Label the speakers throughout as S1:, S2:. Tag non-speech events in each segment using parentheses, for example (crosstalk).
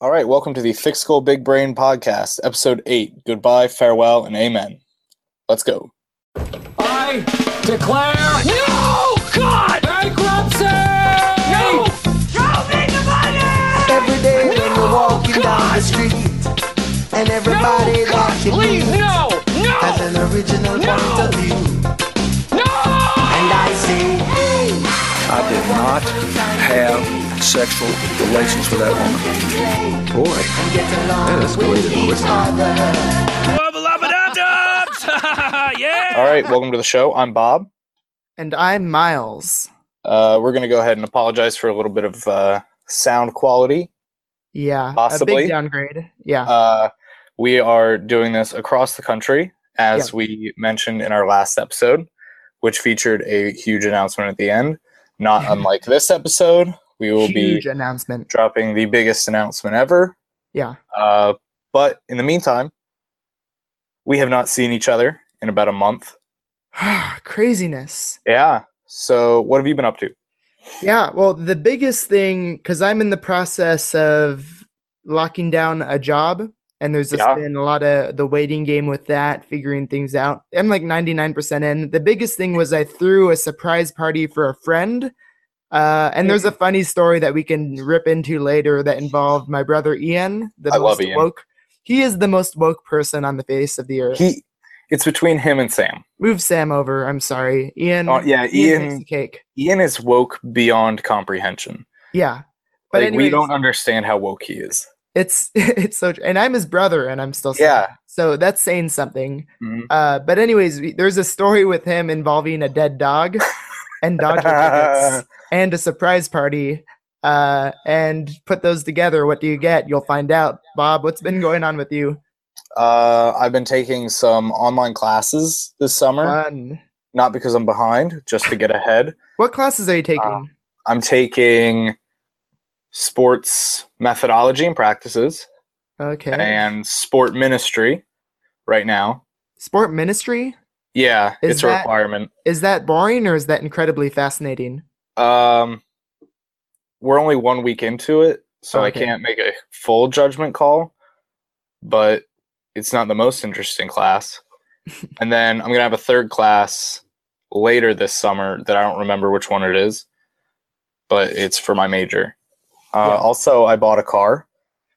S1: All right, welcome to the Thick Skull Big Brain podcast, episode 8. Goodbye, farewell, and amen. Let's go.
S2: I declare no God bankruptcy. No,
S3: Every day when you're walking
S2: Oh,
S3: down
S2: God.
S3: the street, and everybody that you
S2: please,
S3: meet
S2: no, no,
S3: has an original
S2: No.
S3: point of view.
S2: no.
S3: And I say, hey,
S4: I did not have sexual relations with that woman. Boy,
S3: and get along with each other.
S1: All right, welcome to the show. I'm Bob.
S5: And I'm Miles.
S1: Uh, we're going to go ahead and apologize for a little bit of uh, sound quality.
S5: Yeah. A
S1: Possibly.
S5: big downgrade. Yeah.
S1: Uh, we are doing this across the country, as we mentioned in our last episode, which featured a huge announcement at the end. Not unlike this episode, we will be
S5: Huge announcement. (sighs)
S1: dropping the biggest announcement ever.
S5: Yeah.
S1: Uh, but in the meantime, we have not seen each other in about a month.
S5: Craziness.
S1: Yeah. So what have you been up to?
S5: Yeah. Well, the biggest thing, because I'm in the process of locking down a job, and there's just
S1: Yeah.
S5: been a lot of the waiting game with that, figuring things out. I'm like 99% in. The biggest thing was I threw a surprise party for a friend. Uh, and there's a
S1: Mm.
S5: funny story that we can rip into later that involved my brother Ian, the
S1: I love
S5: most
S1: Ian.
S5: woke. He is the most woke person on the face of the earth.
S1: He, it's between him and Sam.
S5: Move Sam over. I'm sorry, Ian.
S1: Oh, yeah,
S5: Ian, takes
S1: Ian-
S5: the cake.
S1: Ian is woke beyond comprehension.
S5: Yeah, but
S1: like, we
S5: anyways,
S1: don't understand how woke he is.
S5: It's (laughs) it's so. tr- And I'm his brother, and I'm still. sad.
S1: Yeah.
S5: So that's saying something.
S1: Mhm.
S5: Uh, but anyways, we- there's a story with him involving a dead dog, and dodger
S1: (laughs)
S5: tickets, and a surprise party. Uh, and put those together. What do you get? You'll find out. Bob, what's been going on with you?
S1: Uh, I've been taking some online classes this summer,
S5: Fun.
S1: not because I'm behind, just to get ahead.
S5: What classes
S1: Uh,
S5: are you taking?
S1: I'm taking sports methodology and practices
S5: okay.
S1: and sport ministry right now.
S5: Sport ministry.
S1: Yeah,
S5: Is
S1: it's a
S5: that-
S1: requirement.
S5: Is that boring or is that incredibly fascinating?
S1: Um, we're only one week into it, so I
S5: Okay.
S1: can't make a full judgment call, but it's not the most interesting
S5: (laughs)
S1: class. and then I'm gonna have a third class later this summer that I don't remember which one it is, but it's for my major. Uh,
S5: Yeah.
S1: Also, I bought a car.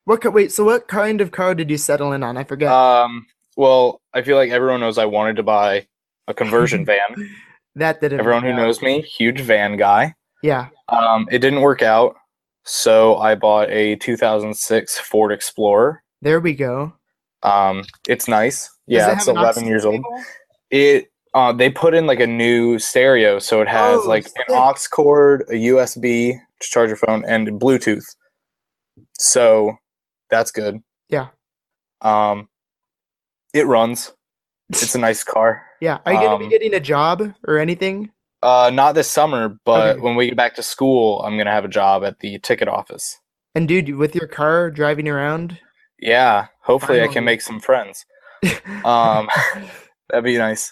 S5: What co- wait? So what kind of car did you settle in on? I forget.
S1: Um, well, I feel like everyone knows I wanted to buy a
S5: (laughs)
S1: conversion van.
S5: that didn't.
S1: Everyone who
S5: work out.
S1: knows me, huge van guy.
S5: Yeah.
S1: Um, it didn't work out, so I bought a 2006 Ford Explorer.
S5: There we go.
S1: Um, it's nice.
S5: Does
S1: Yeah,
S5: it
S1: it's
S5: have an
S1: 11 years
S5: aux
S1: old.
S5: cable?
S1: It uh, they put in like a new stereo, so it has
S5: Oh,
S1: like
S5: sick.
S1: an aux cord, a USB to charge your phone, and Bluetooth. So that's good.
S5: Yeah.
S1: Um, it runs. It's a nice car.
S5: Yeah. Are you gonna
S1: Um,
S5: be getting a job or anything?
S1: Uh, not this summer, but
S5: Okay.
S1: when we get back to school, I'm gonna have a job at the ticket office.
S5: And dude, with your car driving around. (laughs)
S1: Yeah, hopefully I can
S5: Finally.
S1: make some friends. Um, (laughs) that'd be nice.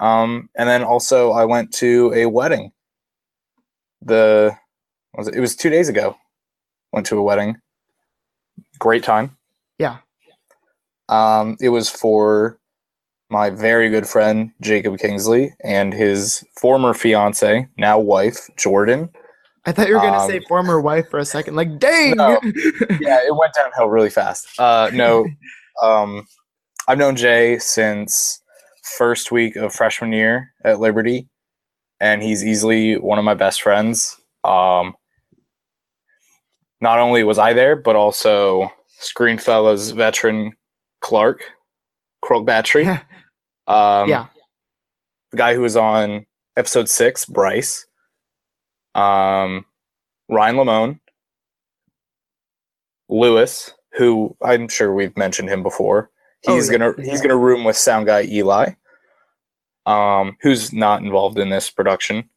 S1: Um, and then also I went to a wedding. The was it, it was two days ago. Went to a wedding. Great time.
S5: Yeah.
S1: Um, it was for my very good friend Jacob Kingsley and his former fiance, now wife Jordan.
S5: I thought you were gonna say
S1: um,
S5: former wife for a second. Like, dang.
S1: No. yeah, it went downhill really fast. Uh, no, um, I've known Jay since first week of freshman year at Liberty, and he's easily one of my best friends. Um, not only was I there, but also Screenfellas veteran Clark, Clark
S5: (laughs)
S1: Battery. Um,
S5: Yeah.
S1: The guy who was on episode six, Bryce. Um, Ryan Lamone. Lewis, who I'm sure we've mentioned him before.
S5: Oh,
S1: He's
S5: yeah,
S1: gonna
S5: yeah.
S1: he's gonna room with sound guy Eli. Um, who's not involved in this production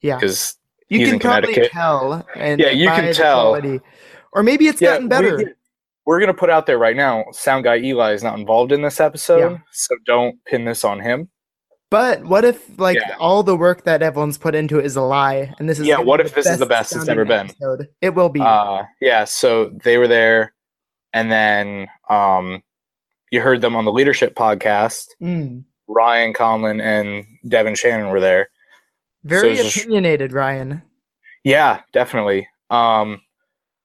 S5: yeah.
S1: because
S5: You
S1: he's
S5: can
S1: in
S5: probably
S1: Connecticut.
S5: tell. And
S1: Yeah, you
S5: by
S1: can
S5: the
S1: tell.
S5: quality. Or maybe it's gotten better.
S1: We, are gonna put out there right now. Sound guy Eli is not involved in this episode, so don't pin this on him.
S5: But what if like
S1: Yeah.
S5: all the work that everyone's put into it is a lie, and this is
S1: Yeah,
S5: gonna
S1: what
S5: be
S1: if this is the best it's
S5: sounding
S1: ever been?
S5: episode? It will be.
S1: Uh, yeah, so they were there, and then um, you heard them on the leadership podcast.
S5: Mm.
S1: Ryan Conlon and Devin Shannon were there.
S5: Very
S1: it's just-
S5: opinionated, Ryan.
S1: Yeah, definitely. Um,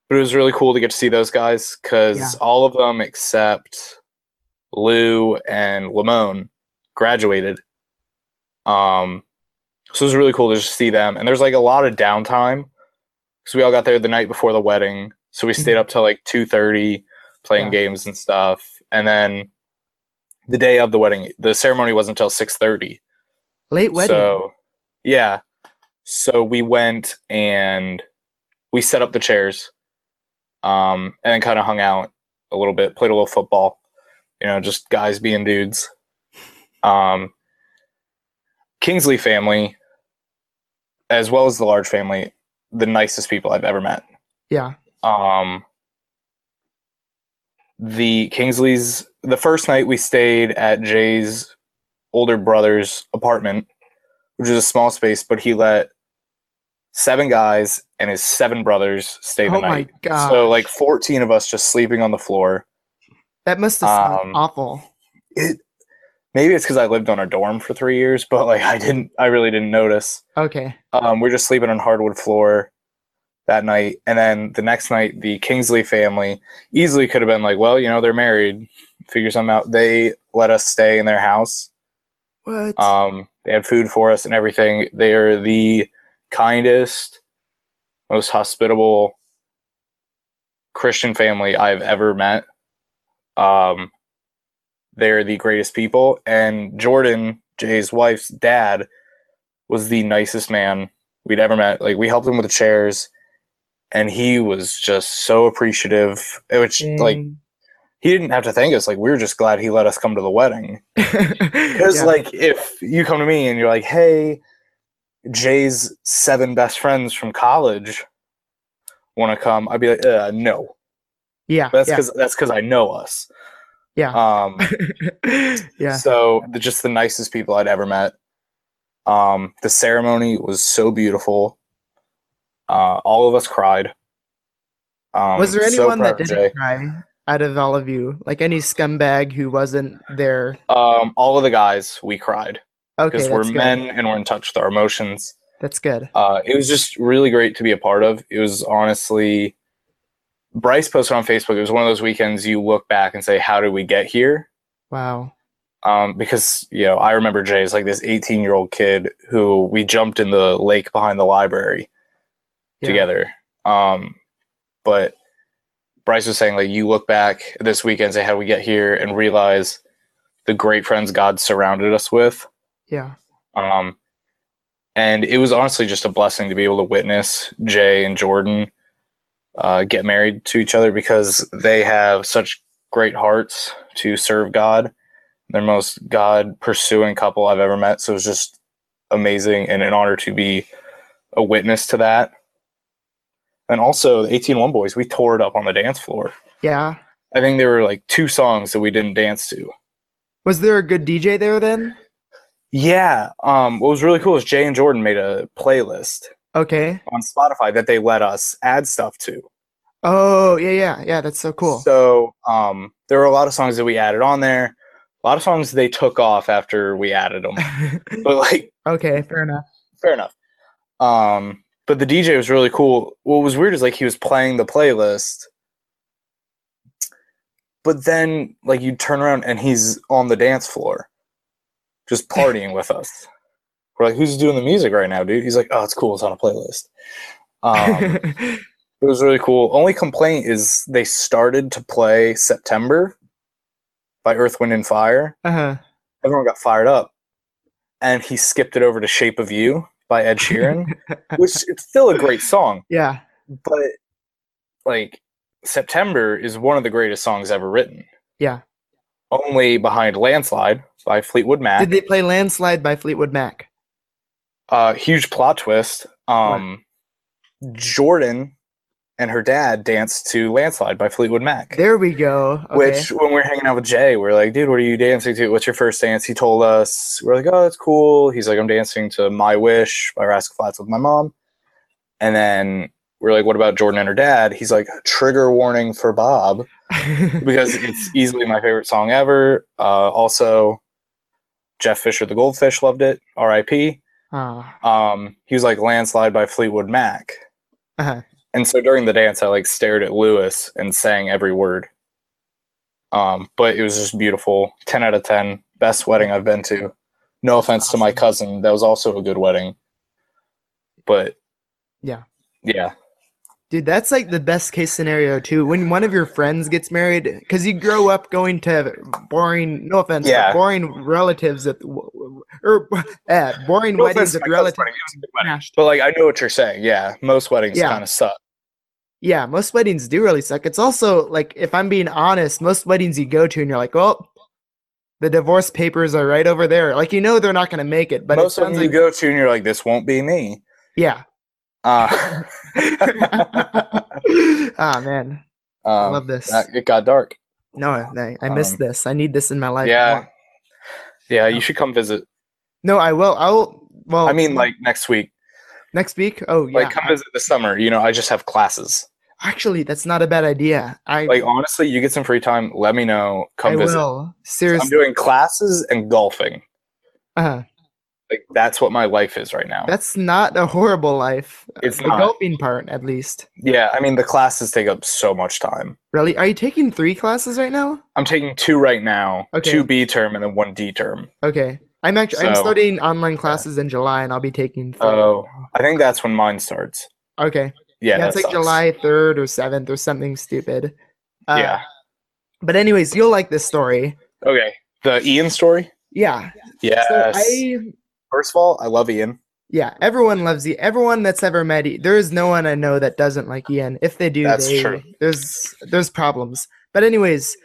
S1: but it was really cool to get to see those guys because
S5: Yeah.
S1: all of them except Lou and Lamone graduated. Um, so it was really cool to just see them. And there's like a lot of downtime because we all got there the night before the wedding, so we stayed up till like two thirty playing
S5: Mm-hmm. Yeah.
S1: games and stuff. And then the day of the wedding, the ceremony wasn't until six thirty.
S5: Late wedding.
S1: So, yeah. So we went and we set up the chairs, um, and then kind of hung out a little bit, played a little football, you know, just guys being dudes. Um, Kingsley family, as well as the large family, the nicest people I've ever met.
S5: yeah.
S1: Um, the Kingsleys. The first night we stayed at Jay's older brother's apartment, which was a small space, but he let seven guys and his seven brothers stay the
S5: Oh my
S1: night.
S5: god.
S1: So like fourteen of us just sleeping on the floor.
S5: that must have sounded
S1: um,
S5: awful.
S1: It maybe it's because I lived on a dorm for three years, but like I didn't, I really didn't notice.
S5: Okay.
S1: Um, we are just sleeping on hardwood floor that night, and then the next night, the Kingsley family easily could have been like, "Well, you know, they're married. Figure something out." They let us stay in their house.
S5: What?
S1: Um, they had food for us and everything. They are the kindest, most hospitable Christian family I've ever met. Um, they're the greatest people. And Jordan, Jay's wife's dad, was the nicest man we'd ever met. Like, we helped him with the chairs, and he was just so appreciative, which, like,
S5: (laughs) Dang.
S1: he didn't have to thank us. Like, we were just glad he let us come to the wedding. Because
S5: Yeah.
S1: like if you come to me and you're like, hey, Jay's seven best friends from college want to come, I'd be like, uh, no.
S5: yeah,
S1: That's
S5: yeah,
S1: because that's because I know us.
S5: Yeah.
S1: Um.
S5: (laughs) yeah.
S1: So the, just the nicest people I'd ever met. Um. The ceremony was so beautiful. Uh, all of us cried. Um,
S5: Was there
S1: so
S5: anyone that
S1: proud of
S5: didn't cry out of all of you? Like any scumbag who wasn't there?
S1: Um, all of the guys, we cried
S5: Okay,
S1: because
S5: that's
S1: we're
S5: good.
S1: men and we're in touch with our emotions.
S5: That's good.
S1: uh, it was just really great to be a part of. It was honestly, Bryce posted on Facebook. It was one of those weekends you look back and say, "How did we get here?"
S5: Wow.
S1: Um, because you know, I remember Jay is like this 18 year old kid who we jumped in the lake behind the library
S5: Yeah.
S1: together. Um, but Bryce was saying like, you look back at this weekend, and say, "How did we get here?" and realize the great friends God surrounded us with.
S5: Yeah.
S1: Um, and it was honestly just a blessing to be able to witness Jay and Jordan uh, get married to each other because they have such great hearts to serve God. They're most God pursuing couple I've ever met. So it was just amazing and an honor to be a witness to that. And also, the 181 Boys, we tore it up on the dance floor.
S5: Yeah.
S1: I think there were like two songs that we didn't dance to.
S5: Was there a good DJ there then?
S1: Yeah. Um, what was really cool is Jay and Jordan made a playlist
S5: Okay.
S1: on Spotify that they let us add stuff to.
S5: Oh yeah, yeah, yeah. That's so cool.
S1: So um, there were a lot of songs that we added on there. A lot of songs they took off after we added
S5: (laughs)
S1: them. but like,
S5: okay, fair enough.
S1: fair enough. Um, but the DJ was really cool. What was weird is like he was playing the playlist, but then like you turn around and he's on the dance floor, just partying with us. We're like, who's doing the music right now, dude? He's like, oh, it's cool. It's on a playlist. Um, It was really cool. Only complaint is they started to play September by Earth, Wind, and Fire.
S5: (laughs) uh-huh.
S1: Everyone got fired up. And he skipped it over to Shape of You by Ed
S5: (laughs)
S1: Sheeran, which it's still a great song,
S5: Yeah.
S1: but like September is one of the greatest songs ever written.
S5: Yeah.
S1: Only behind Landslide by Fleetwood Mac.
S5: Did they play Landslide by Fleetwood Mac?
S1: uh huge plot twist um jordan and her dad danced to Landslide by Fleetwood Mac.
S5: There we go. Okay.
S1: Which, when we were hanging out with Jay, we are like, dude, what are you dancing to? What's your first dance? He told us, we are like, oh, that's cool. He's like, I'm dancing to My Wish by Rascal Flats with my mom. And then we are like, what about Jordan and her dad? He's like, trigger warning for Bob because it's easily my favorite song ever. Uh, also, Jeff Fisher, the Goldfish, loved it. R.I.P.
S5: (laughs) Ah,
S1: Um, he was like, Landslide by Fleetwood Mac.
S5: uh-huh.
S1: And so during the dance, I like stared at Lewis and sang every word. Um, but it was just beautiful. 10 out of 10. Best wedding I've been to. No offense to my cousin. That was also a good wedding. But
S5: Yeah.
S1: Yeah.
S5: Dude, that's like the best case scenario too. When one of your friends gets married, because you grow up going to boring, no offense, but
S1: Yeah.
S5: boring relatives at, w- w- or (laughs) uh, boring
S1: No offense
S5: weddings
S1: to
S5: with
S1: my cousin's
S5: relatives.
S1: wedding, it was a good wedding. But like, I know what you're saying. Yeah. Most weddings
S5: Yeah.
S1: kind of suck.
S5: Yeah, most weddings do really suck. It's also like, if I'm being honest, most weddings you go to and you're like, well, the divorce papers are right over there. Like you know they're not going to make it, but
S1: But
S5: it
S1: most of them
S5: sounds
S1: you
S5: like-
S1: go to and you're like, this won't be me. (laughs)
S5: yeah. (laughs)
S1: Uh,
S5: Ah man, I
S1: um,
S5: love this.
S1: that- it got dark.
S5: no, I, I missed
S1: um,
S5: this. I need this in my life.
S1: yeah.
S5: more.
S1: Yeah. You should come visit.
S5: No, I will. I'll. Well,
S1: I mean, like next week.
S5: next week. Oh yeah.
S1: like come visit this summer you know i just have classes
S5: Actually, that's not a bad idea. I
S1: like honestly you get some free time let me know come
S5: I
S1: visit
S5: will
S1: i'm
S5: seriously.
S1: doing classes and golfing
S5: Uh,
S1: like that's what my life is right now
S5: that's not a horrible life. Uh,
S1: It's
S5: the
S1: not.
S5: golfing part, at least.
S1: yeah i mean the classes take up so much time
S5: Really, are you taking three classes right now?
S1: i'm taking two right now
S5: Okay.
S1: two b term and then one d term
S5: Okay, I'm actually I'm
S1: So,
S5: studying online classes in July, and I'll be taking. Three.
S1: oh i think that's when mine starts
S5: okay.
S1: yeah,
S5: Yeah, it's
S1: that
S5: like
S1: sucks.
S5: July third or seventh or something stupid. Uh,
S1: yeah
S5: But anyways, you'll like this story.
S1: okay the ian story
S5: Yeah.
S1: yes
S5: So I
S1: first of all i love ian
S5: yeah, everyone loves Ian. Everyone that's ever met Ian, there is no one I know that doesn't like Ian. If they do,
S1: That's
S5: they-
S1: true.
S5: There's there's problems. But anyways,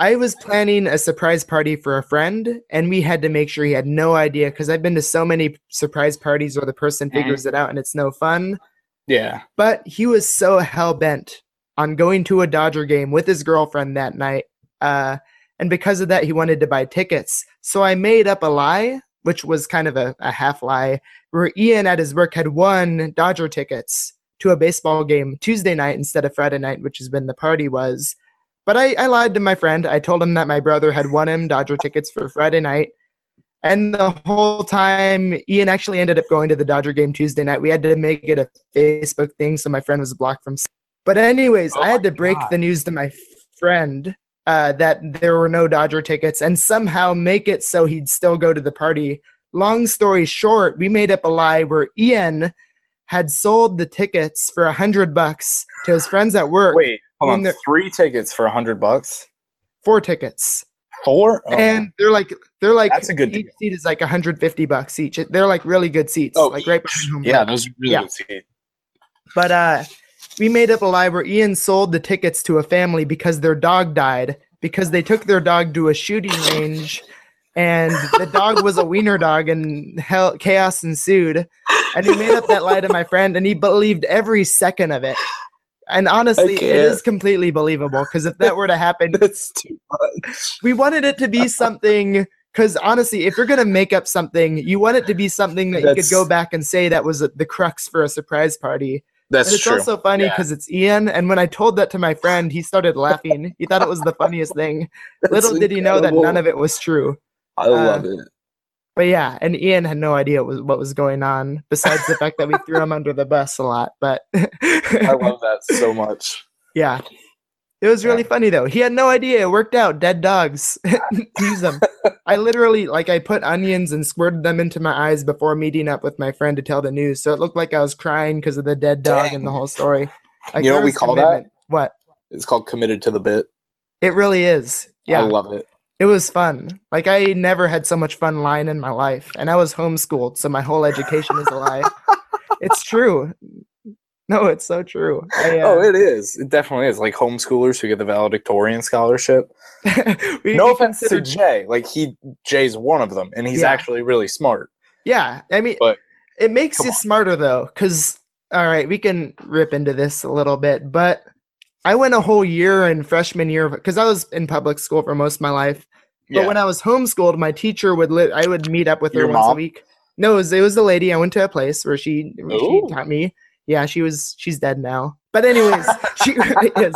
S5: I was planning a surprise party for a friend, and we had to make sure he had no idea because I've been to so many surprise parties where the person figures it out and it's no fun.
S1: yeah
S5: But he was so hell bent on going to a Dodger game with his girlfriend that night. Uh, and because of that, he wanted to buy tickets. So I made up a lie, which was kind of a, a half lie, where Ian at his work had won Dodger tickets to a baseball game Tuesday night instead of Friday night, which is when the party was. But I, I lied to my friend. I told him that my brother had won him Dodger tickets for Friday night. And the whole time, Ian actually ended up going to the Dodger game Tuesday night. We had to make it a Facebook thing, so my friend was blocked from. But anyways,
S1: Oh
S5: I had
S1: my
S5: to break
S1: God.
S5: the news to my friend uh, that there were no Dodger tickets, and somehow make it so he'd still go to the party. Long story short, we made up a lie where Ian had sold the tickets for a hundred bucks to his friends at work.
S1: wait hold
S5: When
S1: on
S5: they're-
S1: three tickets for a hundred bucks
S5: four tickets.
S1: four Oh.
S5: and they're like they're like
S1: That's a good
S5: each
S1: deal.
S5: seat is like 150 bucks each. They're like really good seats,
S1: Oh,
S5: like right behind home.
S1: yeah
S5: plate.
S1: those are really
S5: Yeah.
S1: good seats.
S5: But uh we made up a lie where Ian sold the tickets to a family because their dog died because they took their dog to a shooting range and the dog
S1: (laughs)
S5: was a wiener dog and hell chaos ensued. And he made up that lie to my friend and he believed every second of it. And honestly, it is completely believable because if that were to
S1: (laughs)
S5: happen,
S1: that's too much
S5: we wanted it
S1: (laughs)
S5: to be something because honestly if you're going to make up something you want it to be something that you could
S1: That's-
S5: go back and say that was the crux for a surprise party
S1: That's
S5: but it's
S1: true.
S5: also funny
S1: Yeah.
S5: because it's ian and when i told that to my friend he started laughing he thought it was the
S1: (laughs)
S5: funniest thing little did he know that none of uh, it was true
S1: I
S5: love
S1: it.
S5: but yeah and ian had no idea what, what was going on besides the fact that we threw him under the bus a lot but (laughs)
S1: I love that so much.
S5: yeah it was
S1: Yeah.
S5: really funny though. He had no idea. It worked out. Dead dogs. (laughs)
S1: (laughs)
S5: Tease them. I literally like I put onions and squirted them into my eyes before meeting up with my friend to tell the news. So it looked like I was crying because of the dead dog and the whole story. Like,
S1: You know
S5: there
S1: what we
S5: was
S1: call that?
S5: What?
S1: It's called committed to the bit.
S5: It really is.
S1: I
S5: Yeah.
S1: love it.
S5: It was fun. Like I never had so much fun lying in my life. And I was homeschooled, so my whole education is
S1: (laughs)
S5: a lie. it's true. No, it's so true. I, uh,
S1: Oh, it is. It definitely is. Like homeschoolers who get the valedictorian scholarship.
S5: (laughs) we-
S1: Oh, No
S5: we
S1: offense to
S5: considered-
S1: Jay, like he Jay's one of them, and he's
S5: Yeah.
S1: actually really smart.
S5: Yeah, I mean,
S1: But-
S5: it makes
S1: come
S5: you
S1: on.
S5: smarter though, because all right, we can rip into this a little bit, but I went a whole year in freshman year because I was in public school for most of my life. But
S1: Yeah.
S5: when I was homeschooled, my teacher would lit I would meet up with her
S1: Your
S5: once a
S1: mom?
S5: week. No, it was, it was a lady. I went to a place where she where she
S1: Ooh.
S5: taught me. Yeah, she was she's dead now. But anyways, she (laughs) really is.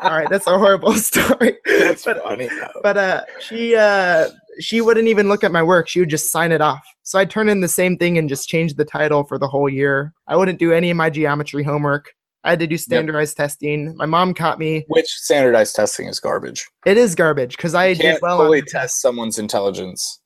S5: All right, that's a horrible (laughs) story. (laughs) but
S1: funny. though.
S5: but uh she uh she wouldn't even look at my work she would just sign it off so i'd turn in the same thing and just change the title for the whole year i wouldn't do any of my geometry homework i had to do standardized testing my mom caught me
S1: Which standardized testing is garbage.
S5: it is garbage because i
S1: You
S5: did
S1: can't
S5: well on
S1: fully
S5: the test
S1: test someone's intelligence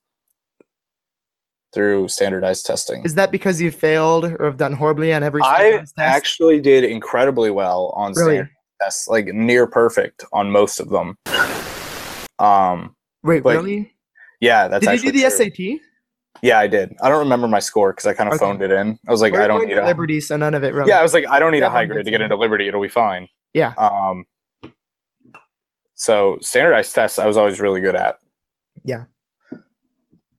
S1: through standardized testing.
S5: is that because you failed or have done horribly on every
S1: I
S5: standardized test?
S1: actually did incredibly well on
S5: Really?
S1: standard tests, like near perfect on most of them. Um,
S5: wait
S1: like,
S5: really
S1: yeah, that's
S5: did
S1: actually
S5: you do the
S1: true.
S5: SAT?
S1: Yeah, I did. I don't remember my score because I kind of
S5: Okay.
S1: phoned it in. I was like,
S5: We're
S1: I don't
S5: going
S1: need
S5: to
S1: a
S5: Liberty, so none of it really.
S1: yeah. I was like, I don't need a
S5: That
S1: high
S5: one
S1: grade to
S5: gets
S1: get
S5: me.
S1: into Liberty. It'll be fine.
S5: Yeah.
S1: Um. So standardized tests, I was always really good at.
S5: Yeah.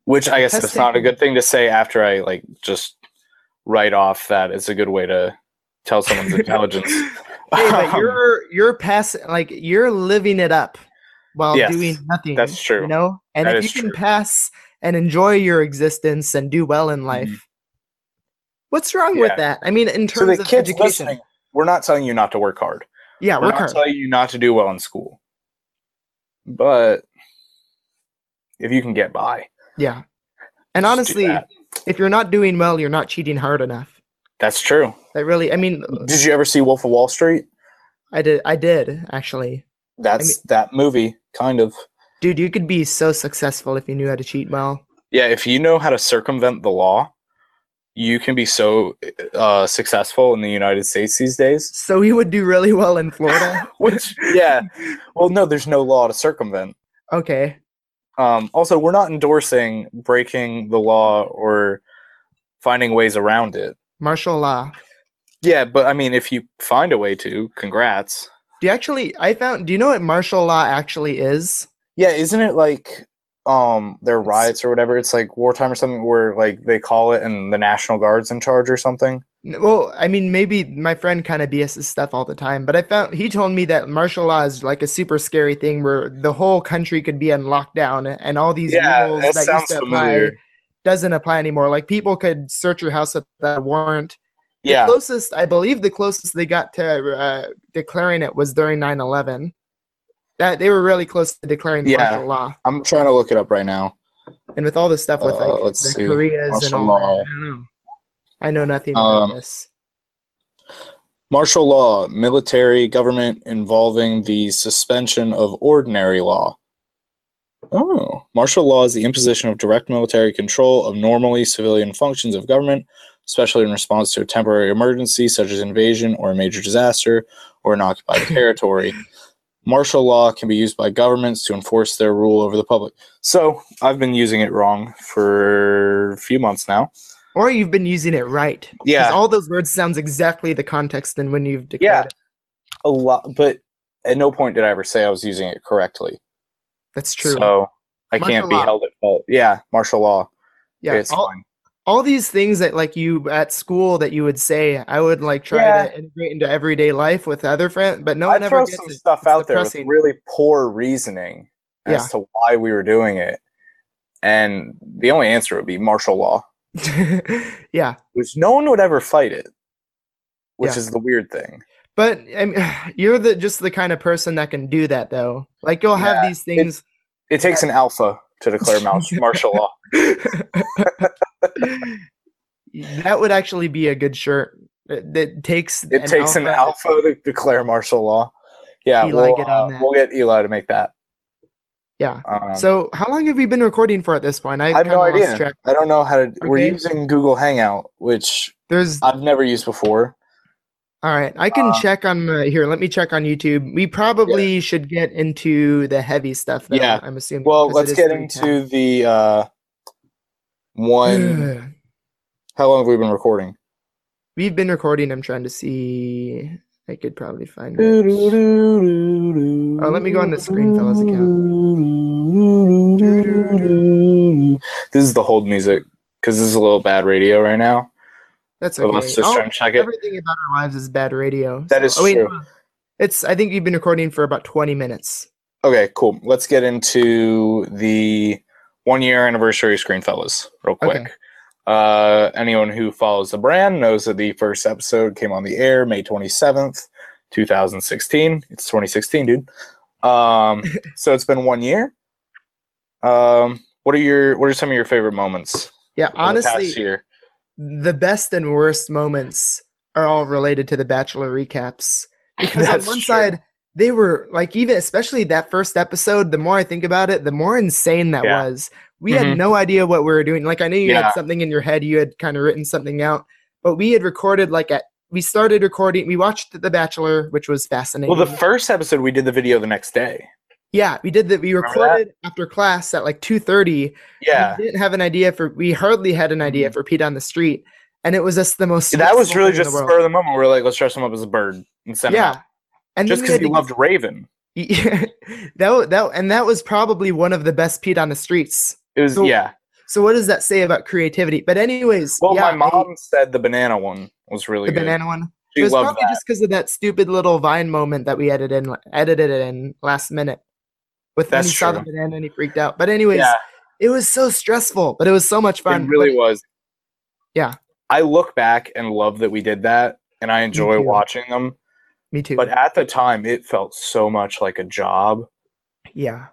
S1: Which I guess it's not a
S5: Testing-
S1: good thing to say after I like just write off that it's a good way to tell
S5: (laughs)
S1: someone's intelligence.
S5: Hey, but
S1: (laughs) Um,
S5: you're you're passing like you're living it up while
S1: Yes,
S5: doing nothing.
S1: that's true.
S5: You know, and
S1: That
S5: if you
S1: is
S5: can
S1: true.
S5: pass and enjoy your existence and do well in life, what's wrong
S1: Mm-hmm. Yeah.
S5: with that? I mean, in
S1: So
S5: terms
S1: the
S5: of
S1: kids
S5: education,
S1: listening, we're not telling you not to work hard.
S5: yeah,
S1: We're
S5: work
S1: not
S5: hard.
S1: telling you not to do well in school. But if you can get by,
S5: yeah,
S1: just
S5: and
S1: do
S5: honestly,
S1: that.
S5: if you're not doing well, you're not cheating hard enough.
S1: that's true.
S5: That really, I mean,
S1: Did you ever see Wolf of Wall Street?
S5: I did, I did actually,
S1: That's that movie, kind of.
S5: dude. You could be so successful if you knew how to cheat well.
S1: Yeah, if you know how to circumvent the law, you can be so uh, successful in the United States these days.
S5: So you would do really well in
S1: (laughs)
S5: Florida.
S1: Which,
S5: (laughs)
S1: yeah, well, no, there's no law to circumvent.
S5: okay,
S1: Um, also, we're not endorsing breaking the law or finding ways around it.
S5: martial law.
S1: Yeah, but I mean, if you find a way to, congrats.
S5: Do you actually? I found. Do you know what martial law actually is?
S1: Yeah, isn't it like um their riots or whatever? It's like wartime or something where like they call it and the National Guard's in charge or something.
S5: N- Well, I mean, maybe my friend kind of BS's stuff all the time, but I found he told me that martial law is like a super scary thing where the whole country could be in lockdown and all these rules that, used to apply doesn't apply anymore. Like people could search your house without a warrant.
S1: Yeah.
S5: The closest, I believe, the closest they got to uh, declaring it was during 9/11. That they were really close to declaring
S1: Yeah.
S5: martial law.
S1: I'm trying to look it up right now.
S5: and with all the stuff with
S1: Uh,
S5: like
S1: let's
S5: the
S1: see.
S5: Koreas and
S1: Martial
S5: all
S1: law.
S5: that, I don't know. I know nothing about
S1: Um,
S5: this.
S1: Martial law, military government involving the suspension of ordinary law. Oh, martial law is the imposition of direct military control of normally civilian functions of government, especially in response to a temporary emergency such as invasion or a major disaster or an (coughs) occupied territory. Martial law can be used by governments to enforce their rule over the public. So, I've been using it wrong for a few months now.
S5: Or you've been using it right. 'cause
S1: Yeah.
S5: all those words sounds exactly the context than when you've declared
S1: Yeah.
S5: it.
S1: a lot, but at no point did I ever say I was using it correctly.
S5: That's true.
S1: So I
S5: Martial
S1: can't be
S5: law.
S1: held at fault. Yeah, martial law.
S5: yeah.
S1: it's
S5: all,
S1: fine.
S5: all these things that like you at school that you would say, I would like try
S1: Yeah.
S5: to integrate into everyday life with other friends, but no
S1: I
S5: one ever
S1: throw
S5: gets
S1: some
S5: it. (laughs)
S1: stuff
S5: It's
S1: out there
S5: depressing.
S1: with really poor reasoning as to why we were doing it, and the only answer would be martial law,
S5: yeah.
S1: which no one would ever fight it, which
S5: Yeah.
S1: is the weird thing.
S5: But I mean, (sighs) you're the just the kind of person that can do that though. Like you'll have
S1: Yeah,
S5: these
S1: (laughs)
S5: things (laughs)
S1: It takes an alpha to declare mar- martial law.
S5: that would actually be a good shirt that, that takes
S1: It takes an alpha to declare martial law. Yeah,
S5: Eli,
S1: we'll,
S5: get on
S1: uh,
S5: that.
S1: we'll get Eli to make that.
S5: Yeah.
S1: Um,
S5: so how long have you been recording for at this point
S1: I have
S5: kinda
S1: no
S5: lost
S1: idea.
S5: track.
S1: I don't know how to. We're
S5: Okay.
S1: using Google Hangout, which
S5: there's
S1: I've never used before.
S5: all right i can
S1: Uh,
S5: check on uh, here let me check on youtube we probably should get into the heavy stuff though,
S1: Yeah.
S5: i'm assuming
S1: Well,
S5: 'cause it
S1: let's
S5: is
S1: get
S5: three
S1: into the uh,
S5: (sighs)
S1: one.
S5: times.
S1: how long have we been recording?
S5: we've been recording i'm trying to see i could probably find it.
S1: Oh,
S5: let me go on the Screenfellows
S1: This is the hold music because this is a little bad radio right now.
S5: That's
S1: So
S5: okay.
S1: let's just
S5: Oh,
S1: try and check it.
S5: everything about our lives is bad radio.
S1: That is
S5: Oh, wait,
S1: true.
S5: no. It's. I think you've been recording for about twenty minutes.
S1: Okay, cool. Let's get into the one year anniversary of Screenfellas real quick.
S5: Okay.
S1: Uh, anyone who follows the brand knows that the first episode came on the air May 27th, 2016. It's 2016, dude.
S5: (laughs)
S1: Um, so it's been one year. Um, what are your what are some of your favorite moments?
S5: Yeah,
S1: of the past
S5: honestly,
S1: year?
S5: the best and worst moments are all related to the bachelor recaps because
S1: (laughs)
S5: on
S1: That's
S5: one
S1: true.
S5: side they were like even especially that first episode the more i think about it the more insane that
S1: Yeah.
S5: was we
S1: Mhm.
S5: had no idea what we were doing like i knew you
S1: Yeah.
S5: had something in your head you had kind of written something out but we had recorded like at we started recording we watched the bachelor which was fascinating
S1: Well, the first episode we did the video the next day.
S5: yeah we did that we
S1: Remember that?
S5: recorded after class at like 2.30
S1: Yeah. Mm-hmm.
S5: we didn't have an idea for we hardly had an idea for pete on the street and it was just the most
S1: That was
S5: stressful
S1: really
S5: thing in
S1: just
S5: the world.
S1: spur of the moment. We are like, let's dress him up as a bird and send him out.
S5: yeah and
S1: just
S5: then we
S1: because
S5: had
S1: he
S5: to- (laughs)
S1: loved Raven.
S5: yeah, that wa- that and that was probably one of the best Pete on the streets.
S1: It was
S5: So-
S1: yeah.
S5: So what does that say about creativity? But anyways,
S1: Well,
S5: yeah,
S1: my mom said the banana one was
S5: I-
S1: really
S5: the
S1: good.
S5: banana one.
S1: she
S5: it was
S1: loved
S5: probably
S1: that.
S5: just because of that stupid little Vine moment that we edited in edited it in last minute. With when
S1: That's
S5: he saw the
S1: true.
S5: banana and he freaked out. But anyways,
S1: yeah,
S5: it was so stressful, but it was so much fun.
S1: it really
S5: But
S1: was.
S5: Yeah.
S1: I look back and love that we did that, and I enjoy
S5: too.
S1: watching them.
S5: me too.
S1: But at the time, it felt so much like a job.
S5: yeah,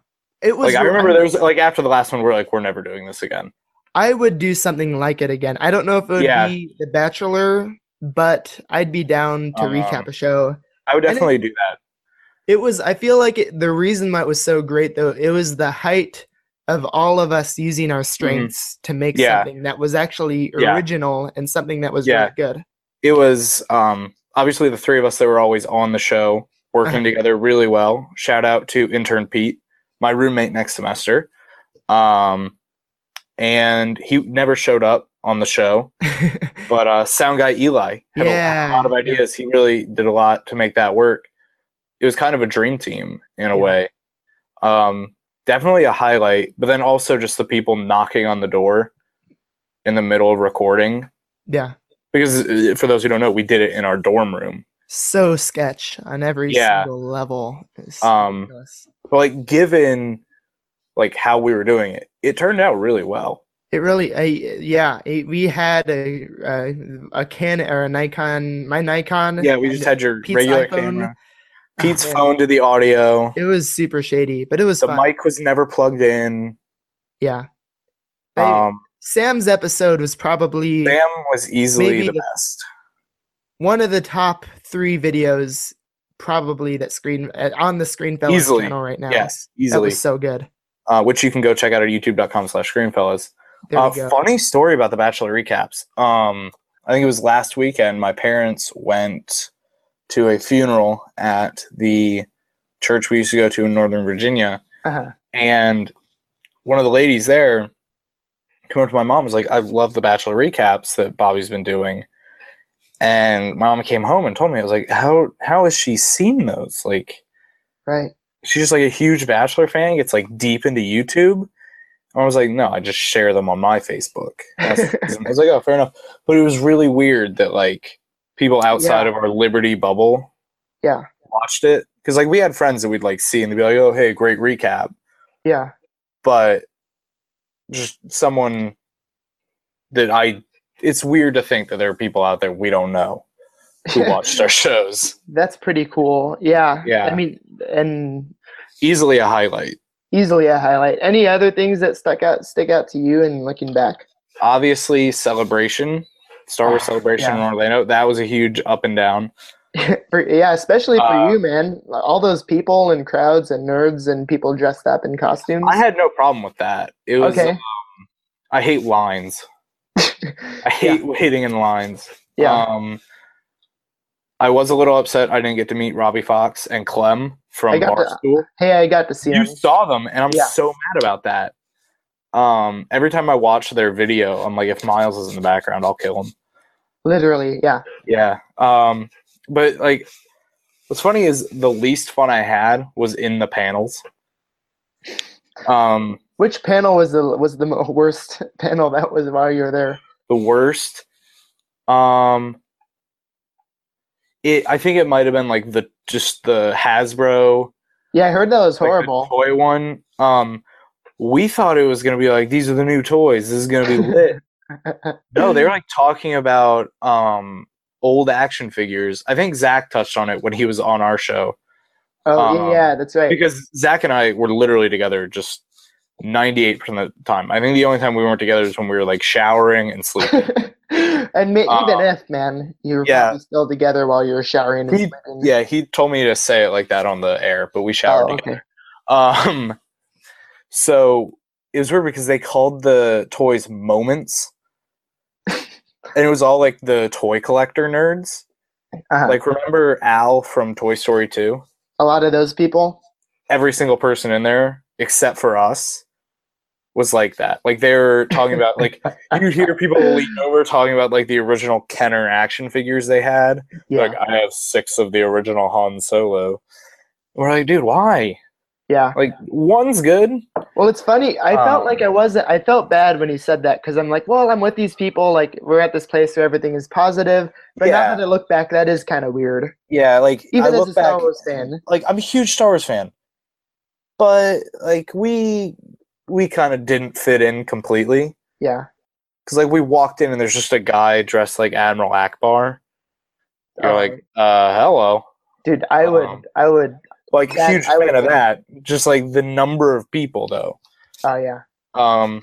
S5: it was.
S1: Like I
S5: real-
S1: remember there was like after the last one, we're like, we're never doing this again.
S5: I would do something like it again. I don't know if it would
S1: Yeah.
S5: be The Bachelor, but I'd be down to
S1: Um,
S5: recap a show.
S1: I would
S5: And it-
S1: definitely do that.
S5: It was. I feel like it, the reason why it was so great, though, it was the height of all of us using our strengths to make
S1: Mm-hmm. Yeah.
S5: something that was actually
S1: Yeah.
S5: original and something that was
S1: Yeah.
S5: really good.
S1: It was um, obviously the three of us that were always on the show working
S5: Uh-huh.
S1: together really well. Shout out to intern Pete, my roommate next semester. Um, and he never showed up on the show. But uh, sound guy Eli had a lot
S5: Yeah,
S1: of ideas. He really did a lot to make that work. It was kind of a dream team in a
S5: Yeah.
S1: way. Um, definitely a highlight, but then also just the people knocking on the door in the middle of recording.
S5: (laughs) yeah,
S1: Because uh, for those who don't know, we did it in our dorm room.
S5: so sketch on every
S1: Yeah.
S5: single level. It's
S1: Um,
S5: ridiculous.
S1: But like given like how we were doing it, it turned out really well.
S5: It really, I yeah, it, we had a, a a Can or a Nikon, my Nikon.
S1: Yeah, we
S5: and
S1: just had your
S5: Pete's
S1: regular
S5: iPhone.
S1: camera.
S5: (laughs) Oh,
S1: Pete's
S5: man.
S1: phone did the audio.
S5: It was super shady, but it was
S1: The
S5: fun.
S1: mic was never plugged in.
S5: Yeah, I-
S1: Um,
S5: Sam's episode was probably
S1: Sam was easily
S5: Maybe
S1: the
S5: the-
S1: best.
S5: one of the top three videos, probably that screen uh, on the Screenfellas
S1: Easily,
S5: channel right now.
S1: Yes,
S5: that
S1: easily.
S5: was so good.
S1: uh, which you can go check out at youtube.com slash screenfellas.
S5: There
S1: Uh,
S5: you go.
S1: funny story about the Bachelor recaps. Um, I think it was last weekend. My parents went to a funeral at the church we used to go to in Northern Virginia.
S5: Uh-huh.
S1: And one of the ladies there came up to my mom and was like, I love the Bachelor recaps that Bobby's been doing. And my mom came home and told me, I was like, how, how has she seen those? Like,
S5: Right.
S1: she's just like a huge Bachelor fan, gets like deep into YouTube. And I was like, no, I just share them on my Facebook. That's the reason. I was like, oh, fair enough. But it was really weird that like people outside
S5: Yeah.
S1: of our Liberty bubble,
S5: Yeah.
S1: watched it because like we had friends that we'd like see and they'd be like, oh, hey, great recap.
S5: Yeah.
S1: But just someone that I, it's weird to think that there are people out there we don't know who
S5: (laughs)
S1: watched our shows.
S5: That's pretty cool. Yeah.
S1: Yeah.
S5: I mean, and
S1: Easily a highlight.
S5: easily a highlight. Any other things that stuck out stick out to you and looking back?
S1: obviously celebration star wars
S5: Ah,
S1: celebration
S5: yeah.
S1: in orlando that was a huge up and down
S5: for, yeah, especially for
S1: Uh,
S5: you, man. All those people and crowds and nerds and people dressed up in costumes.
S1: i had no problem with that it was
S5: okay.
S1: i hate
S5: (laughs)
S1: lines i hate waiting in lines
S5: Yeah.
S1: um i was a little upset i didn't get to meet robbie fox and clem
S5: I
S1: from
S5: got the-
S1: barstool
S5: hey, I got to see
S1: you
S5: him.
S1: saw them and i'm
S5: Yeah.
S1: so mad about that um every time i watch their video i'm like if miles is in the background i'll kill him
S5: Literally, yeah.
S1: Yeah. Um, but like, what's funny is the least fun I had was in the panels. Um,
S5: Which (laughs) panel was the was the mo- worst panel that was while you were there?
S1: the worst Um, it I think it might have been like the just the Hasbro
S5: Yeah, I heard that was
S1: like, the
S5: horrible.
S1: toy one. Um, we thought it was gonna be like these are the new toys. This is gonna be lit. no, they were like talking about um old action figures. I think Zach touched on it when he was on our show
S5: Oh
S1: um,
S5: yeah, yeah, that's right.
S1: because Zach and I were literally together just. 98% of the time. I think the only time we weren't together is when we were like showering and
S5: (laughs)
S1: sleeping.
S5: and ma- even
S1: um,
S5: if man, you were
S1: yeah.
S5: probably still together while you were showering and
S1: He-
S5: sleeping.
S1: yeah, he told me to say it like that on the air, but we showered
S5: Oh,
S1: together.
S5: okay.
S1: Um, so it was weird because they called the toys
S5: (laughs)
S1: moments, and it was all like the toy collector nerds.
S5: Uh-huh.
S1: Like, remember Al from Toy Story 2?
S5: a lot of those people.
S1: Every single person in there, except for us, was like that. Like, they were talking about,
S5: (laughs)
S1: like, you hear people lean over talking about, like, the original Kenner action figures they had.
S5: Yeah,
S1: Like, I have six of the original Han Solo. We're like, dude, why?
S5: yeah.
S1: Like, one's good.
S5: Well, it's funny. I
S1: Um,
S5: felt like I wasn't. I felt bad when he said that because I'm like, well, I'm with these people. Like, we're at this place where everything is positive. But now
S1: Yeah.
S5: that I look back, that is kind of weird.
S1: Yeah, like
S5: Even
S1: I
S5: as
S1: look
S5: a
S1: back,
S5: Star Wars fan,
S1: like I'm a huge Star Wars fan, but like we we kind of didn't fit in completely
S5: yeah.
S1: because like we walked in and there's just a guy dressed like Admiral Akbar. You're
S5: Oh,
S1: like, uh, hello,
S5: dude, I would,
S1: um,
S5: I would.
S1: like
S5: That-
S1: huge
S5: I would-
S1: fan of that. Just like the number of people though,
S5: Oh yeah.
S1: um,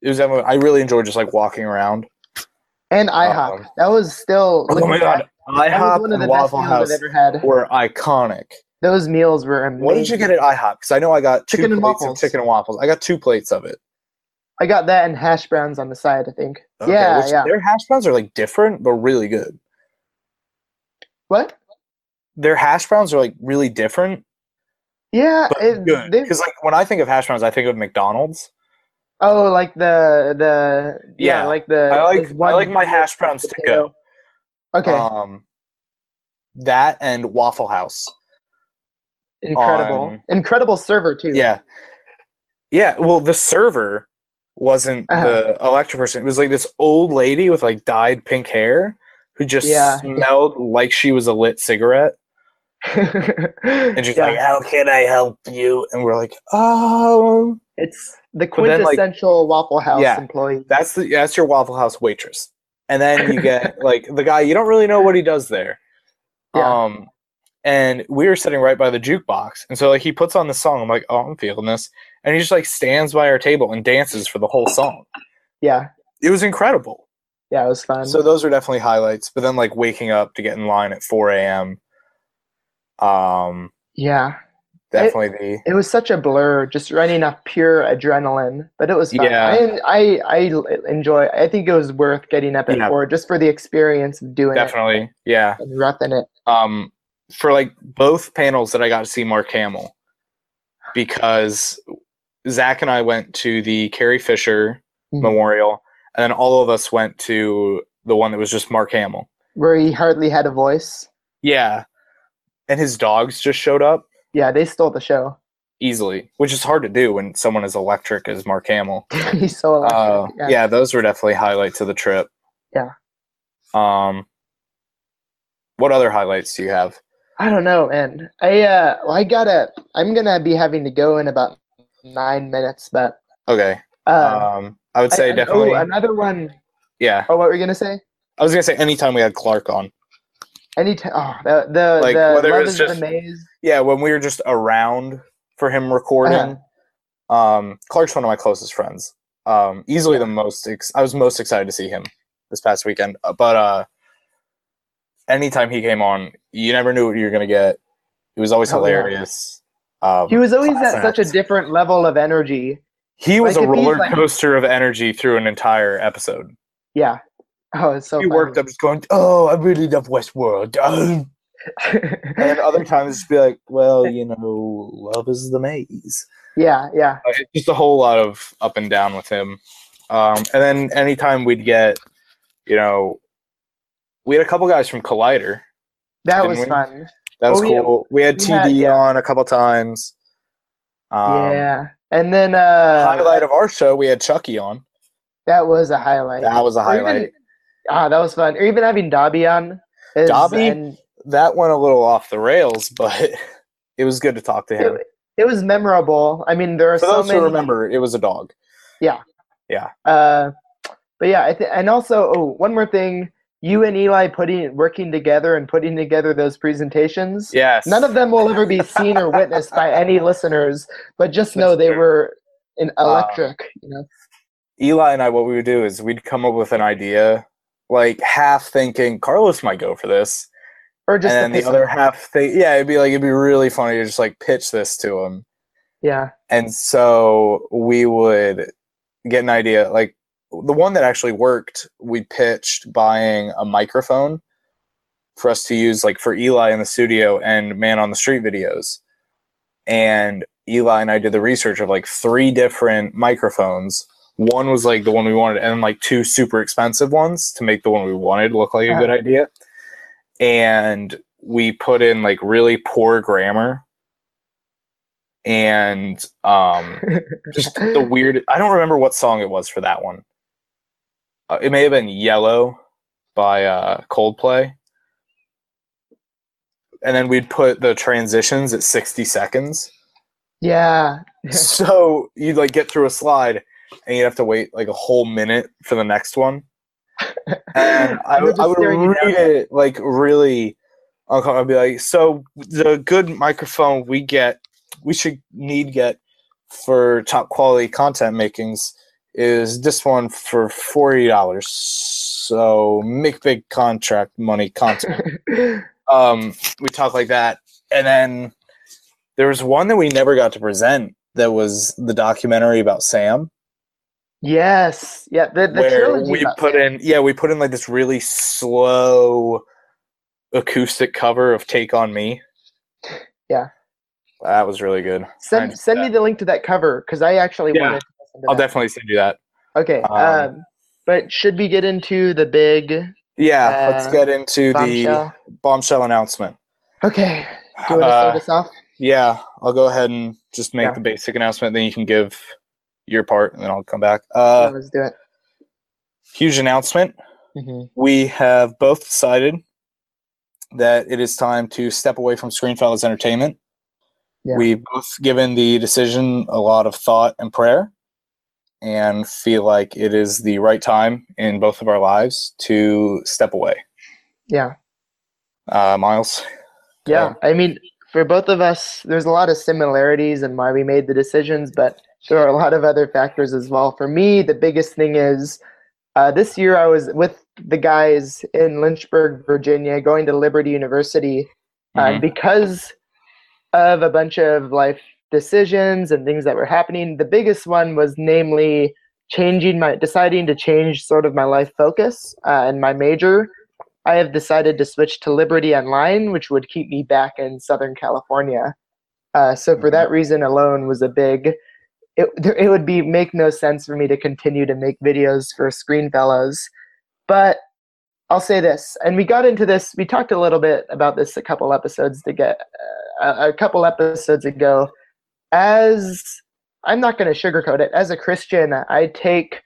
S1: it was definitely- I really enjoyed just like walking around.
S5: And IHOP.
S1: Um,
S5: that was still.
S1: Oh
S5: looking
S1: my god,
S5: back, that was
S1: IHOP
S5: one of
S1: and
S5: the best
S1: Waffle
S5: meals
S1: House
S5: I've ever had.
S1: were iconic.
S5: Those meals were amazing.
S1: What did you get at IHOP? Because I know I got two
S5: Chicken and
S1: plates of
S5: waffles.
S1: chicken and waffles. I got two plates of it.
S5: I got that and hash browns on the side. I think.
S1: Okay,
S5: yeah,
S1: which
S5: yeah.
S1: Their hash browns are like different, but really good.
S5: What?
S1: Their hash browns are like really different,
S5: Yeah.
S1: but
S5: it-
S1: good.
S5: they-
S1: Because like when I think of hash browns, I think of McDonald's.
S5: oh, like the the yeah,
S1: Yeah.
S5: like the.
S1: I like
S5: there's
S1: I
S5: one
S1: like my hash browns to
S5: potato.
S1: go.
S5: Okay.
S1: Um, that and Waffle House.
S5: Incredible.
S1: on-
S5: Incredible server too.
S1: um,
S5: (laughs)
S1: Yeah, yeah. Well, the server wasn't
S5: Uh-huh.
S1: the electric person. It was like this old lady with like dyed pink hair who just
S5: Yeah.
S1: smelled like she was a lit cigarette. And she's like, "How can I help you?" And we're like, "Um."
S5: it's the
S1: But then, like-
S5: quintessential Waffle House
S1: Yeah.
S5: employee.
S1: That's the that's your Waffle House waitress, and then
S5: (laughs)
S1: you get like the guy you don't really know what he does there.
S5: Yeah.
S1: Um, and we were sitting right by the jukebox, and so like he puts on the song. I'm like, oh, I'm feeling this, and he just like stands by our table and dances for the whole song.
S5: Yeah.
S1: It was incredible.
S5: Yeah, it was fun.
S1: So those are definitely highlights. But then like waking up to get in line at 4 a.m. Um,
S5: yeah.
S1: definitely the
S5: It was such a blur, just running off pure adrenaline, but it was fun.
S1: Yeah.
S5: I, I I l- enjoy. I think it was worth getting up at
S1: Yeah.
S5: four just for the experience of doing
S1: definitely yeah.
S5: it and roughing it.
S1: um, for like both panels that I got to see Mark Hamill because Zach and I went to the Carrie Fisher
S5: Mhm.
S1: Memorial, and then all of us went to the one that was just Mark Hamill.
S5: Where he hardly had a voice.
S1: Yeah, and his dogs just showed up
S5: Yeah, they stole the show. (laughs)
S1: easily, which is hard to do when someone as electric as Mark Hamill.
S5: He's so electric.
S1: Uh, yeah. those were definitely highlights of the trip.
S5: Yeah.
S1: Um, what other highlights do you have?
S5: I don't know, man. I uh, well, I gotta. I'm gonna be having to go in about nine minutes, but
S1: Okay.
S5: uh,
S1: um, I would
S5: I-
S1: say
S5: I- oh,
S1: definitely.
S5: another one.
S1: yeah.
S5: Oh, what were you gonna say?
S1: I was gonna say anytime we had Clark on.
S5: Any time. Oh, the the,
S1: Like,
S5: the
S1: whether it
S5: Love
S1: was
S5: is
S1: just-
S5: the maze.
S1: Yeah, when we were just around for him
S5: Uh-huh.
S1: recording. Um, Clark's one of my closest friends. Um, easily the most. Ex- I was most excited to see him this past weekend. Uh, But uh, anytime he came on, you never knew what you were gonna get. It was always
S5: Oh, yeah.
S1: hilarious. Um,
S5: He was always
S1: class
S5: at such a
S1: act.
S5: different level of energy.
S1: He was
S5: like,
S1: a
S5: if he's,
S1: roller
S5: like-
S1: coaster of energy through an entire episode.
S5: Yeah. Oh, it's so.
S1: he worked up, just going, "Oh, I really love Westworld." (laughs) Oh. And other times, just be like, "Well, you know, love is the maze."
S5: (laughs) yeah, yeah.
S1: Uh, it's just a whole lot of up and down with him. Um, and then anytime we'd get, you know, we had a couple guys from Collider.
S5: That
S1: Didn't
S5: was
S1: we?
S5: fun.
S1: That was
S5: Oh, yeah.
S1: cool. We had
S5: We
S1: TD
S5: had- yeah.
S1: on a couple times. Um,
S5: yeah. And then uh,
S1: Highlight of our show, we had Chucky on.
S5: that was a highlight.
S1: That was a
S5: Or even-
S1: highlight.
S5: Ah, that was fun. Or even having Dobby on. is-
S1: Dobby?
S5: and
S1: That went a little off the rails, but (laughs) it was good to talk to him.
S5: it, it was memorable. I mean, there are
S1: For
S5: so
S1: those
S5: many.
S1: who remember, it was a dog.
S5: Uh, but yeah, I th- and also oh, one more thing. You and Eli putting working together and putting together those presentations.
S1: Yes.
S5: None of them will ever be seen or witnessed by any listeners, but just know
S1: That's
S5: they
S1: true.
S5: were an
S1: Wow.
S5: electric. you know?
S1: Eli and I, what we would do is we'd come up with an idea, like half thinking Carlos might go for this,
S5: Or just
S1: and then
S5: piss
S1: the other
S5: off.
S1: half think, yeah, it'd be like it'd be really funny to just like pitch this to him.
S5: Yeah.
S1: And so we would get an idea. Like the one that actually worked, we pitched buying a microphone for us to use, like for Eli in the studio and man on the street videos. And Eli and I did the research of like three different microphones. One was like the one we wanted, and like two super expensive ones to make the one we wanted look like a good idea. And we put in like really poor grammar and um just the weird i don't remember what song it was for that one uh, it may have been yellow by uh coldplay and then we'd put the transitions at 60 seconds
S5: Yeah.
S1: (laughs)
S5: (laughs)
S1: so you'd like get through a slide and you'd have to wait like a whole minute for the next one
S5: (laughs)
S1: and I,
S5: They're
S1: would- I
S5: just
S1: would
S5: staring you down.
S1: read it like really uncomfortable. I'd be like, so the good microphone we get, we should need get for top quality content makings is this one for forty dollars. So make big contract money content. um, we talk like that, and then there was one that we never got to present. That was the documentary about Sam
S5: Yes. Yeah. The, the
S1: where
S5: trilogy
S1: we
S5: about
S1: put
S5: that.
S1: in yeah we put in like this really slow acoustic cover of take on me
S5: Yeah.
S1: that was really good
S5: Send
S1: just-
S5: send me the link to that cover because I actually
S1: Yeah.
S5: wanted to listen to
S1: i'll
S5: that.
S1: definitely send you that
S5: okay.
S1: um,
S5: um, but should we get into the big
S1: yeah
S5: Uh,
S1: let's get into
S5: bombshell?
S1: the bombshell announcement
S5: Okay. Do you want to start
S1: Uh,
S5: us off?
S1: yeah i'll go ahead and just make
S5: Yeah.
S1: the basic announcement then you can give your part and then i'll come back uh
S5: Yeah, let's do it.
S1: huge announcement
S5: hmm
S1: we have both decided that it is time to step away from Screenfellows Entertainment.
S5: Yeah.
S1: We've both given the decision a lot of thought and prayer and feel like it is the right time in both of our lives to step away.
S5: Yeah.
S1: Uh, Miles?
S5: Yeah. I mean, for both of us, there's a lot of similarities in why we made the decisions, but there are a lot of other factors as well. For me, the biggest thing is uh, this year I was with the guys in Lynchburg, Virginia, going to Liberty University.
S1: Mhm.
S5: Um, because of a bunch of life decisions and things that were happening, the biggest one was namely changing my deciding to change sort of my life focus uh, and my major. I have decided to switch to Liberty Online, which would keep me back in Southern California. Uh, so for that reason alone was a big. It, there- it would be make no sense for me to continue to make videos for Screenfellows, but I'll say this, and we got into this. We talked a little bit about this a couple episodes to get uh, a- a couple episodes ago. As I'm not going to sugarcoat it. As a Christian, I take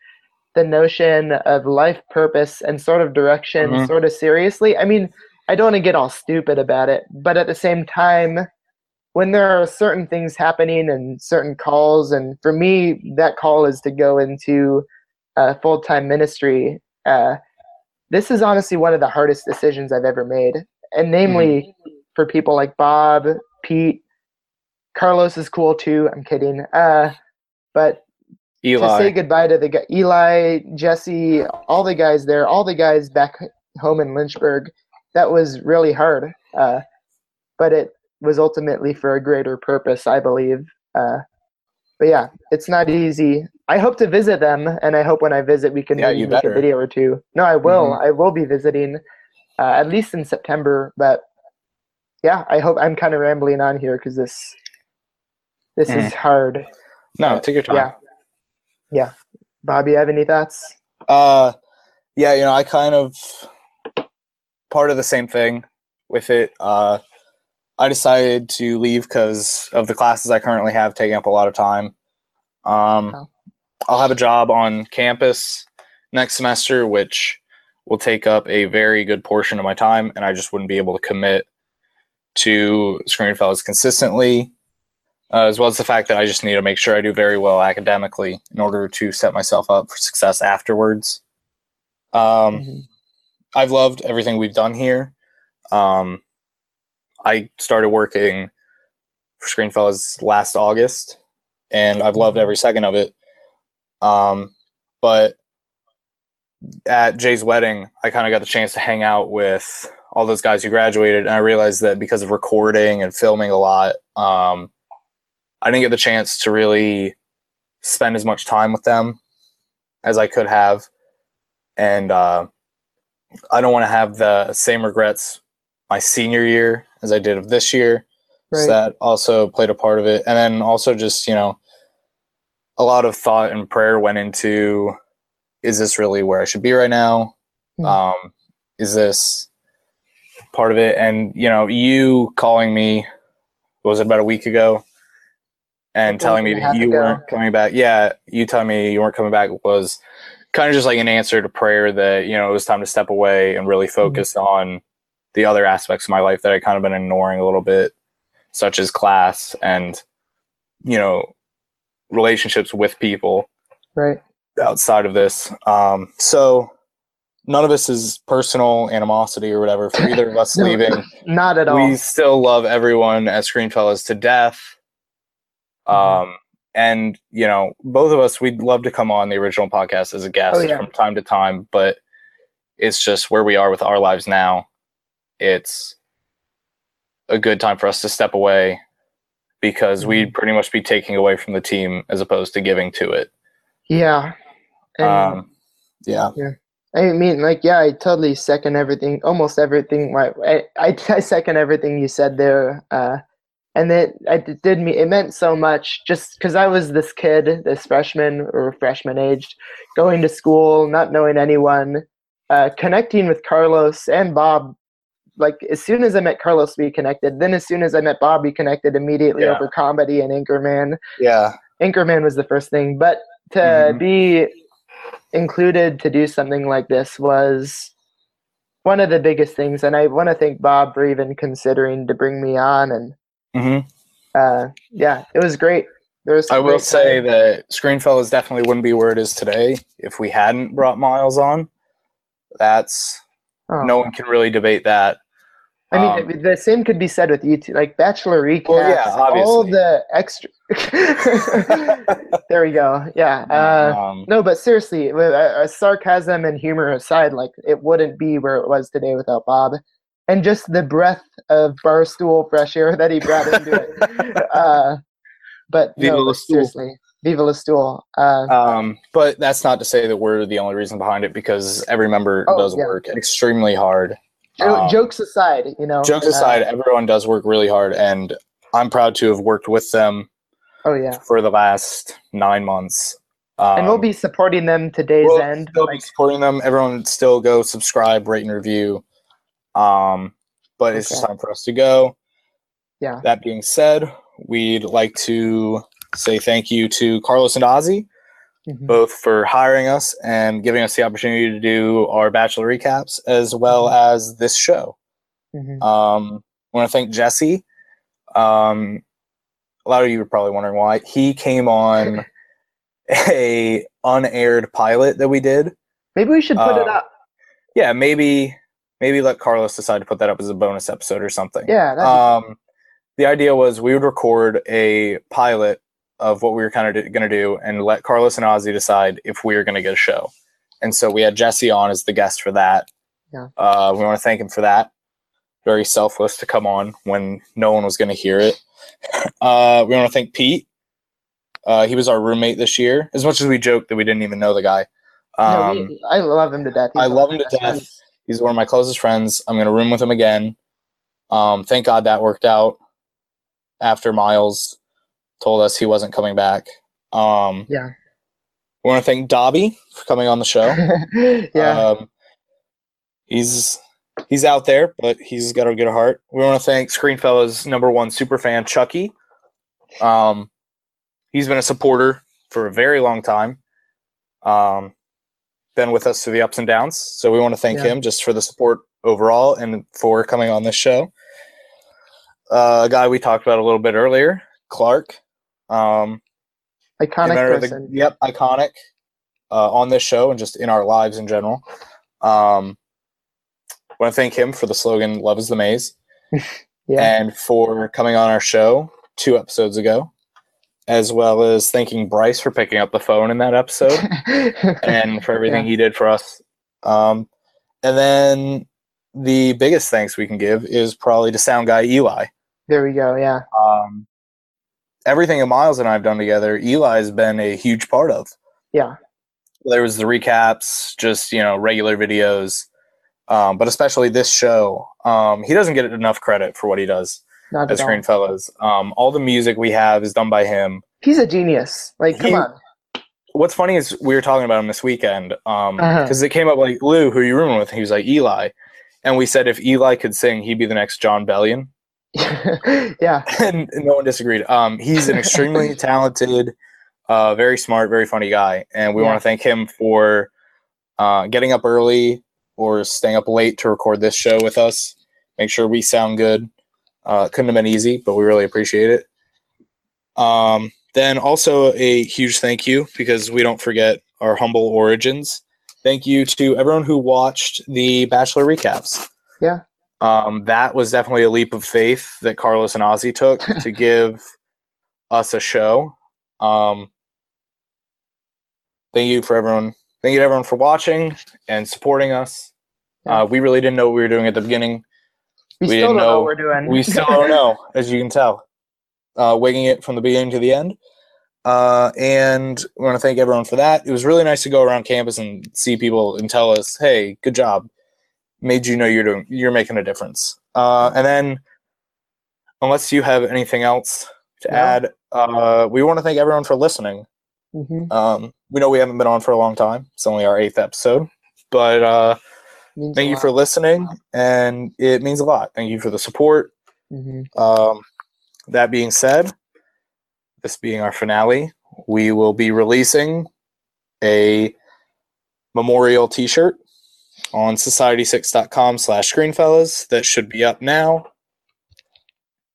S5: the notion of life purpose and sort of direction
S1: Mhm.
S5: sort of seriously. I mean, I don't want to get all stupid about it, but at the same time, when there are certain things happening and certain calls, and for me, that call is to go into uh, full time ministry. Uh, this is honestly one of the hardest decisions I've ever made. And namely for people like Bob, Pete, Carlos is cool too. I'm kidding. Uh, but to say
S1: Eli.
S5: goodbye to the guy, Eli, Jesse, all the guys there, all the guys back home in Lynchburg. That was really hard, uh, but it was ultimately for a greater purpose, I believe. Uh, but yeah, it's not easy. I hope to visit them, and I hope when I visit we can
S1: Yeah,
S5: maybe
S1: you
S5: make a
S1: better. Mm-hmm.
S5: video or two. No, I will. I will be visiting, uh, at least in September. But yeah, I hope I'm kind of rambling on here because this this
S1: Mm.
S5: is hard.
S1: No, take your time.
S5: Yeah. Yeah. Bobby, you have any thoughts?
S1: Uh, yeah, you know, I kind of part of the same thing with it. Uh, I decided to leave because of the classes I currently have taking up a lot of time. Um,
S5: Oh.
S1: I'll have a job on campus next semester, which will take up a very good portion of my time, and I just wouldn't be able to commit to Screenfellows consistently, uh, as well as the fact that I just need to make sure I do very well academically in order to set myself up for success afterwards. Um,
S5: Mhm.
S1: I've loved everything we've done here. Um, I started working for Screenfellas last August, and I've loved every second of it. Um, but at Jay's wedding, I kind of got the chance to hang out with all those guys who graduated, and I realized that because of recording and filming a lot, um, I didn't get the chance to really spend as much time with them as I could have, and uh, I don't want to have the same regrets my senior year as I did of this year. So that also played a part of it. And then also just, you know, a lot of thought and prayer went into is this really where I should be right now?
S5: Hmm.
S1: Um, is this part of it? And, you know, you calling me, what was it about a week ago? And
S5: Like a
S1: telling
S5: week
S1: me
S5: and a
S1: that
S5: half
S1: you
S5: ago.
S1: weren't coming back. Yeah, you telling me you weren't coming back was kind of just like an answer to prayer that, you know, it was time to step away and
S5: Mm-hmm.
S1: really focus on the other aspects of my life that I kind of been ignoring a little bit such as class and you know relationships with people
S5: right.
S1: outside of this um, so none of this is personal animosity or whatever for either of us
S5: (laughs) No,
S1: leaving
S5: Not at all.
S1: we still love everyone at Screenfellas to death. Um,
S5: Mm-hmm.
S1: and you know, both of us, we'd love to come on the original podcast as a guest
S5: Oh, yeah.
S1: from time to time, but it's just where we are with our lives now. It's a good time for us to step away because
S5: Mm-hmm.
S1: we'd pretty much be taking away from the team as opposed to giving to it.
S5: Yeah. And
S1: Um, yeah,
S5: I mean, like, yeah, I totally second everything, almost everything. why- I, I, (laughs) I second everything you said there. Uh, and it, I d- did me, it meant so much just because I was this kid, this freshman or freshman aged, going to school, not knowing anyone, uh, connecting with Carlos and Bob. Like, as soon as I met Carlos, we connected. Then, as soon as I met Bob, we connected immediately
S1: Yeah.
S5: over comedy and Anchorman.
S1: yeah,
S5: Anchorman was the first thing, but to
S1: Mhm.
S5: be included to do something like this was one of the biggest things, and I want to thank Bob for even considering to bring me on. And
S1: hmm
S5: uh, yeah, it was great. There was
S1: I will
S5: great
S1: say
S5: time.
S1: that Screenfellas definitely wouldn't be where it is today if we hadn't brought Miles on. That's
S5: Oh.
S1: no one can really debate that.
S5: I mean,
S1: um,
S5: th- the same could be said with you two, like Bachelor recaps,
S1: Well, yeah,
S5: all
S1: obviously.
S5: the
S1: (laughs)
S5: extra. (laughs) there we go. Yeah. Uh,
S1: um,
S5: No, but seriously, with uh, uh, sarcasm and humor aside, like it wouldn't be where it was today without Bob, and just the breath of barstool fresh air that he brought into
S1: (laughs)
S5: it. Uh, but
S1: Viva
S5: no,
S1: la
S5: but
S1: stool.
S5: seriously, Viva la stool. Uh,
S1: um, but that's not to say that we're the only reason behind it because every member
S5: Oh,
S1: does
S5: yeah.
S1: work extremely hard.
S5: jo-
S1: um,
S5: jokes aside, you know.
S1: Jokes
S5: uh,
S1: aside, everyone does work really hard, and I'm proud to have worked with them
S5: oh yeah,
S1: for the last nine months. Um,
S5: and we'll be supporting them to day's
S1: We'll
S5: end.
S1: Still
S5: like-
S1: be supporting them. Everyone still go subscribe, rate, and review. Um, but it's just
S5: Okay.
S1: time for us to go.
S5: Yeah.
S1: That being said, we'd like to say thank you to Carlos and Ozzy
S5: Mhm.
S1: both for hiring us and giving us the opportunity to do our bachelor recaps as well
S5: Mm-hmm.
S1: as this show.
S5: Mhm.
S1: Um, I want to thank Jesse. Um, a lot of you are probably wondering why he came
S5: (laughs)
S1: on a unaired pilot that we did.
S5: Maybe we should put it
S1: uh,
S5: up.
S1: Yeah, maybe maybe let Carlos decide to put that up as a bonus episode or something.
S5: Yeah, that'd
S1: Um, the idea was we would record a pilot of what we were kind of going to do and let Carlos and Ozzy decide if we were going to get a show. And so we had Jesse on as the guest for that.
S5: Yeah.
S1: Uh, we want to thank him for that. Very selfless to come on when no one was going to hear it. (laughs) Uh, we want to thank Pete. Uh, he was our roommate this year, as much as we joked that we didn't even know the guy.
S5: be-
S1: Um,
S5: no, we- I love him to death. He's
S1: I
S5: one of
S1: love
S5: my
S1: him to
S5: best
S1: death.
S5: friends.
S1: He's one of my closest friends. I'm going to room with him again. Um, thank God that worked out after Miles told us he wasn't coming back. Um,
S5: Yeah.
S1: We want to thank Dobby for coming on the
S5: (laughs)
S1: show.
S5: yeah.
S1: Um, he's he's out there, but he's got a good heart. We want to thank Screenfellas number one super fan Chucky. Um, he's been a supporter for a very long time. Um, been with us through the ups and downs. So we want to thank
S6: Yeah.
S1: him just for the support overall and for coming on this show. Uh, a guy we talked about a little bit earlier, Clark. Um,
S6: Iconic
S1: inventor of the-
S6: person.
S1: yep, iconic uh, on this show and just in our lives in general. Um, want to thank him for the slogan "Love is the Maze"
S6: (laughs) yeah.
S1: and for coming on our show two episodes ago, as well as thanking Bryce for picking up the phone in
S6: (laughs)
S1: that episode
S5: (laughs)
S1: and for everything he did for us. Um, and then the biggest thanks we can give is probably to sound guy Eli.
S6: there we go. Yeah.
S1: Um, everything that Miles and I have done together, Eli's been a huge part of.
S6: Yeah.
S1: There was the recaps, just you know, regular videos, um, but especially this show. Um, he doesn't get enough credit for what he does
S6: Not
S1: as
S6: at all.
S1: Greenfellas. Um, all the music we have is done by him.
S6: He's a genius. Like, come
S1: He-
S6: on. (laughs)
S1: what's funny is we were talking about him this weekend because
S6: Uh-huh.
S1: it came up like Lou, who you rooming with, and he was like Eli, and we said if Eli could sing, he'd be the next John Bellion,
S6: yeah.
S1: (laughs) and no one disagreed. Um, he's an extremely talented, uh, very smart, very funny guy, and we
S6: Yeah.
S1: want to thank him for uh, getting up early or staying up late to record this show with us. Make sure we sound good. Uh, couldn't have been easy, but we really appreciate it. Um, then also a huge thank you because we don't forget our humble origins. Thank you to everyone who watched the Bachelor recaps.
S6: Yeah.
S1: Um, that was definitely a leap of faith that Carlos and Ozzy took to give us a show. Um, thank you for everyone. Thank you to everyone for watching and supporting us. Uh, we really didn't know what we were doing at the beginning.
S6: We,
S1: We
S6: still
S1: didn't
S6: don't know,
S1: know-
S6: what we're doing. (laughs)
S1: We still don't know, as you can tell. Uh, wigging it from the beginning to the end. Uh, and we want to thank everyone for that. It was really nice to go around campus and see people and tell us, "Hey, good job! Made you know you're doing, you're making a difference." Uh, and then, unless you have anything else to
S6: No.
S1: add, uh, we want to thank everyone for listening.
S6: Mhm.
S1: Um, we know we haven't been on for a long time; it's only our eighth episode, but uh,
S6: Means
S1: thank
S6: a
S1: you for
S6: lot.
S1: listening, and it means a lot. Thank you for the support.
S6: Mhm.
S1: Um, that being said, this being our finale, we will be releasing a memorial t-shirt on society6.com slash screenfellas that should be up now.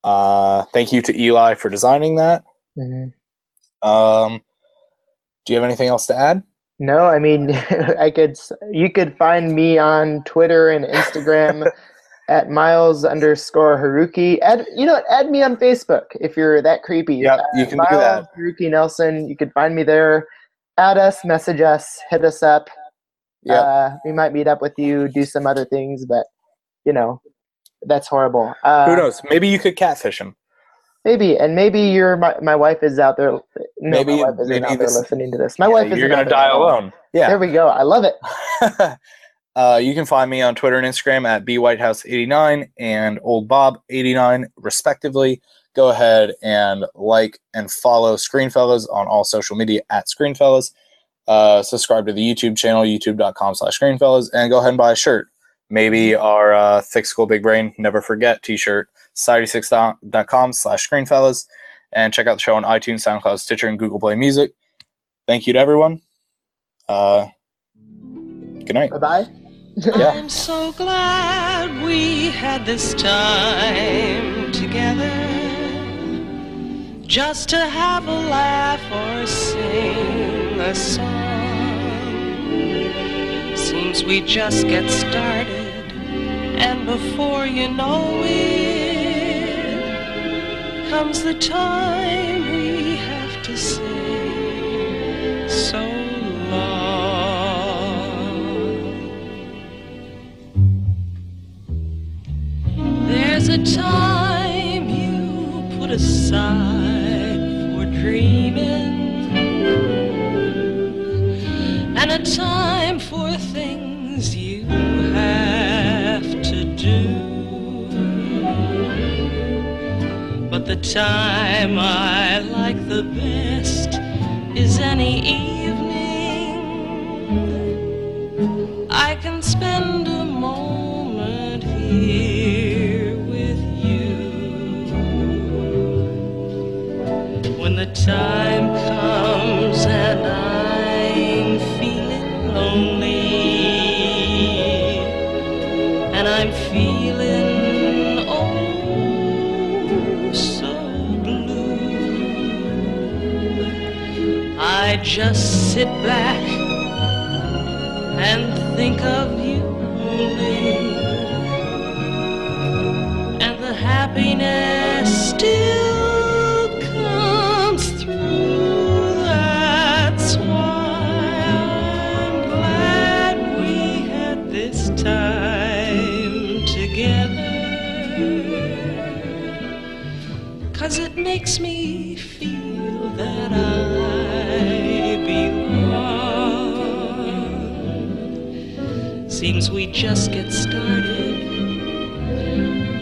S1: Uh, thank you to Eli for designing that.
S6: Mhm.
S1: Um, do you have anything else to add?
S6: No, I mean, (laughs) I could. s- You could find me on Twitter and
S1: (laughs)
S6: Instagram at Miles underscore Haruki. Add, you know, what, add me on Facebook if you're that creepy.
S1: Yep, you can do that.
S6: Haruki Nelson. You can find me there. Add us, message us, hit us up.
S1: Yep.
S6: Uh, we might meet up with you, do some other things, but you know, that's horrible. Uh,
S1: Who knows? Maybe you could catfish him.
S6: Maybe, and maybe your my, my wife is out there. No,
S1: Maybe-
S6: my wife isn't
S1: maybe
S6: out there
S1: this-
S6: listening to this. My
S1: Yeah,
S6: wife is.
S1: You're going to die alone. Yeah.
S6: There we go. I love it.
S1: (laughs) uh, you can find me on Twitter and Instagram at bwhitehouse89 and oldbob89, respectively. Go ahead and like and follow Screenfellows on all social media at Screenfellows. Uh, subscribe to the YouTube channel, youtube.com slash Screenfellows, and go ahead and buy a shirt. Maybe our uh, Thick School Big Brain Never Forget t-shirt, society6.com slash Screenfellows, and check out the show on iTunes, SoundCloud, Stitcher, and Google Play Music. Thank you to everyone. Uh, good night.
S6: Bye bye.
S1: Yeah.
S7: I'm so glad we had this time together just to have a laugh or sing a song. Seems we just get started, and before you know it, comes the time we have to say so long. There's a time you put aside for dreaming, and a time for things you have to do. But the time I like the best is any evening I can spend a moment here with you. When the time comes and I'm feeling lonely, and feeling oh so blue. I just sit back and think of you Lynn. and the happiness still comes through. That's why I'm glad we had this time together. Cause it makes me feel that I belong. Seems we just get started,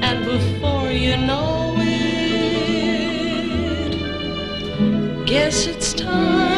S7: and before you know it, guess it's time.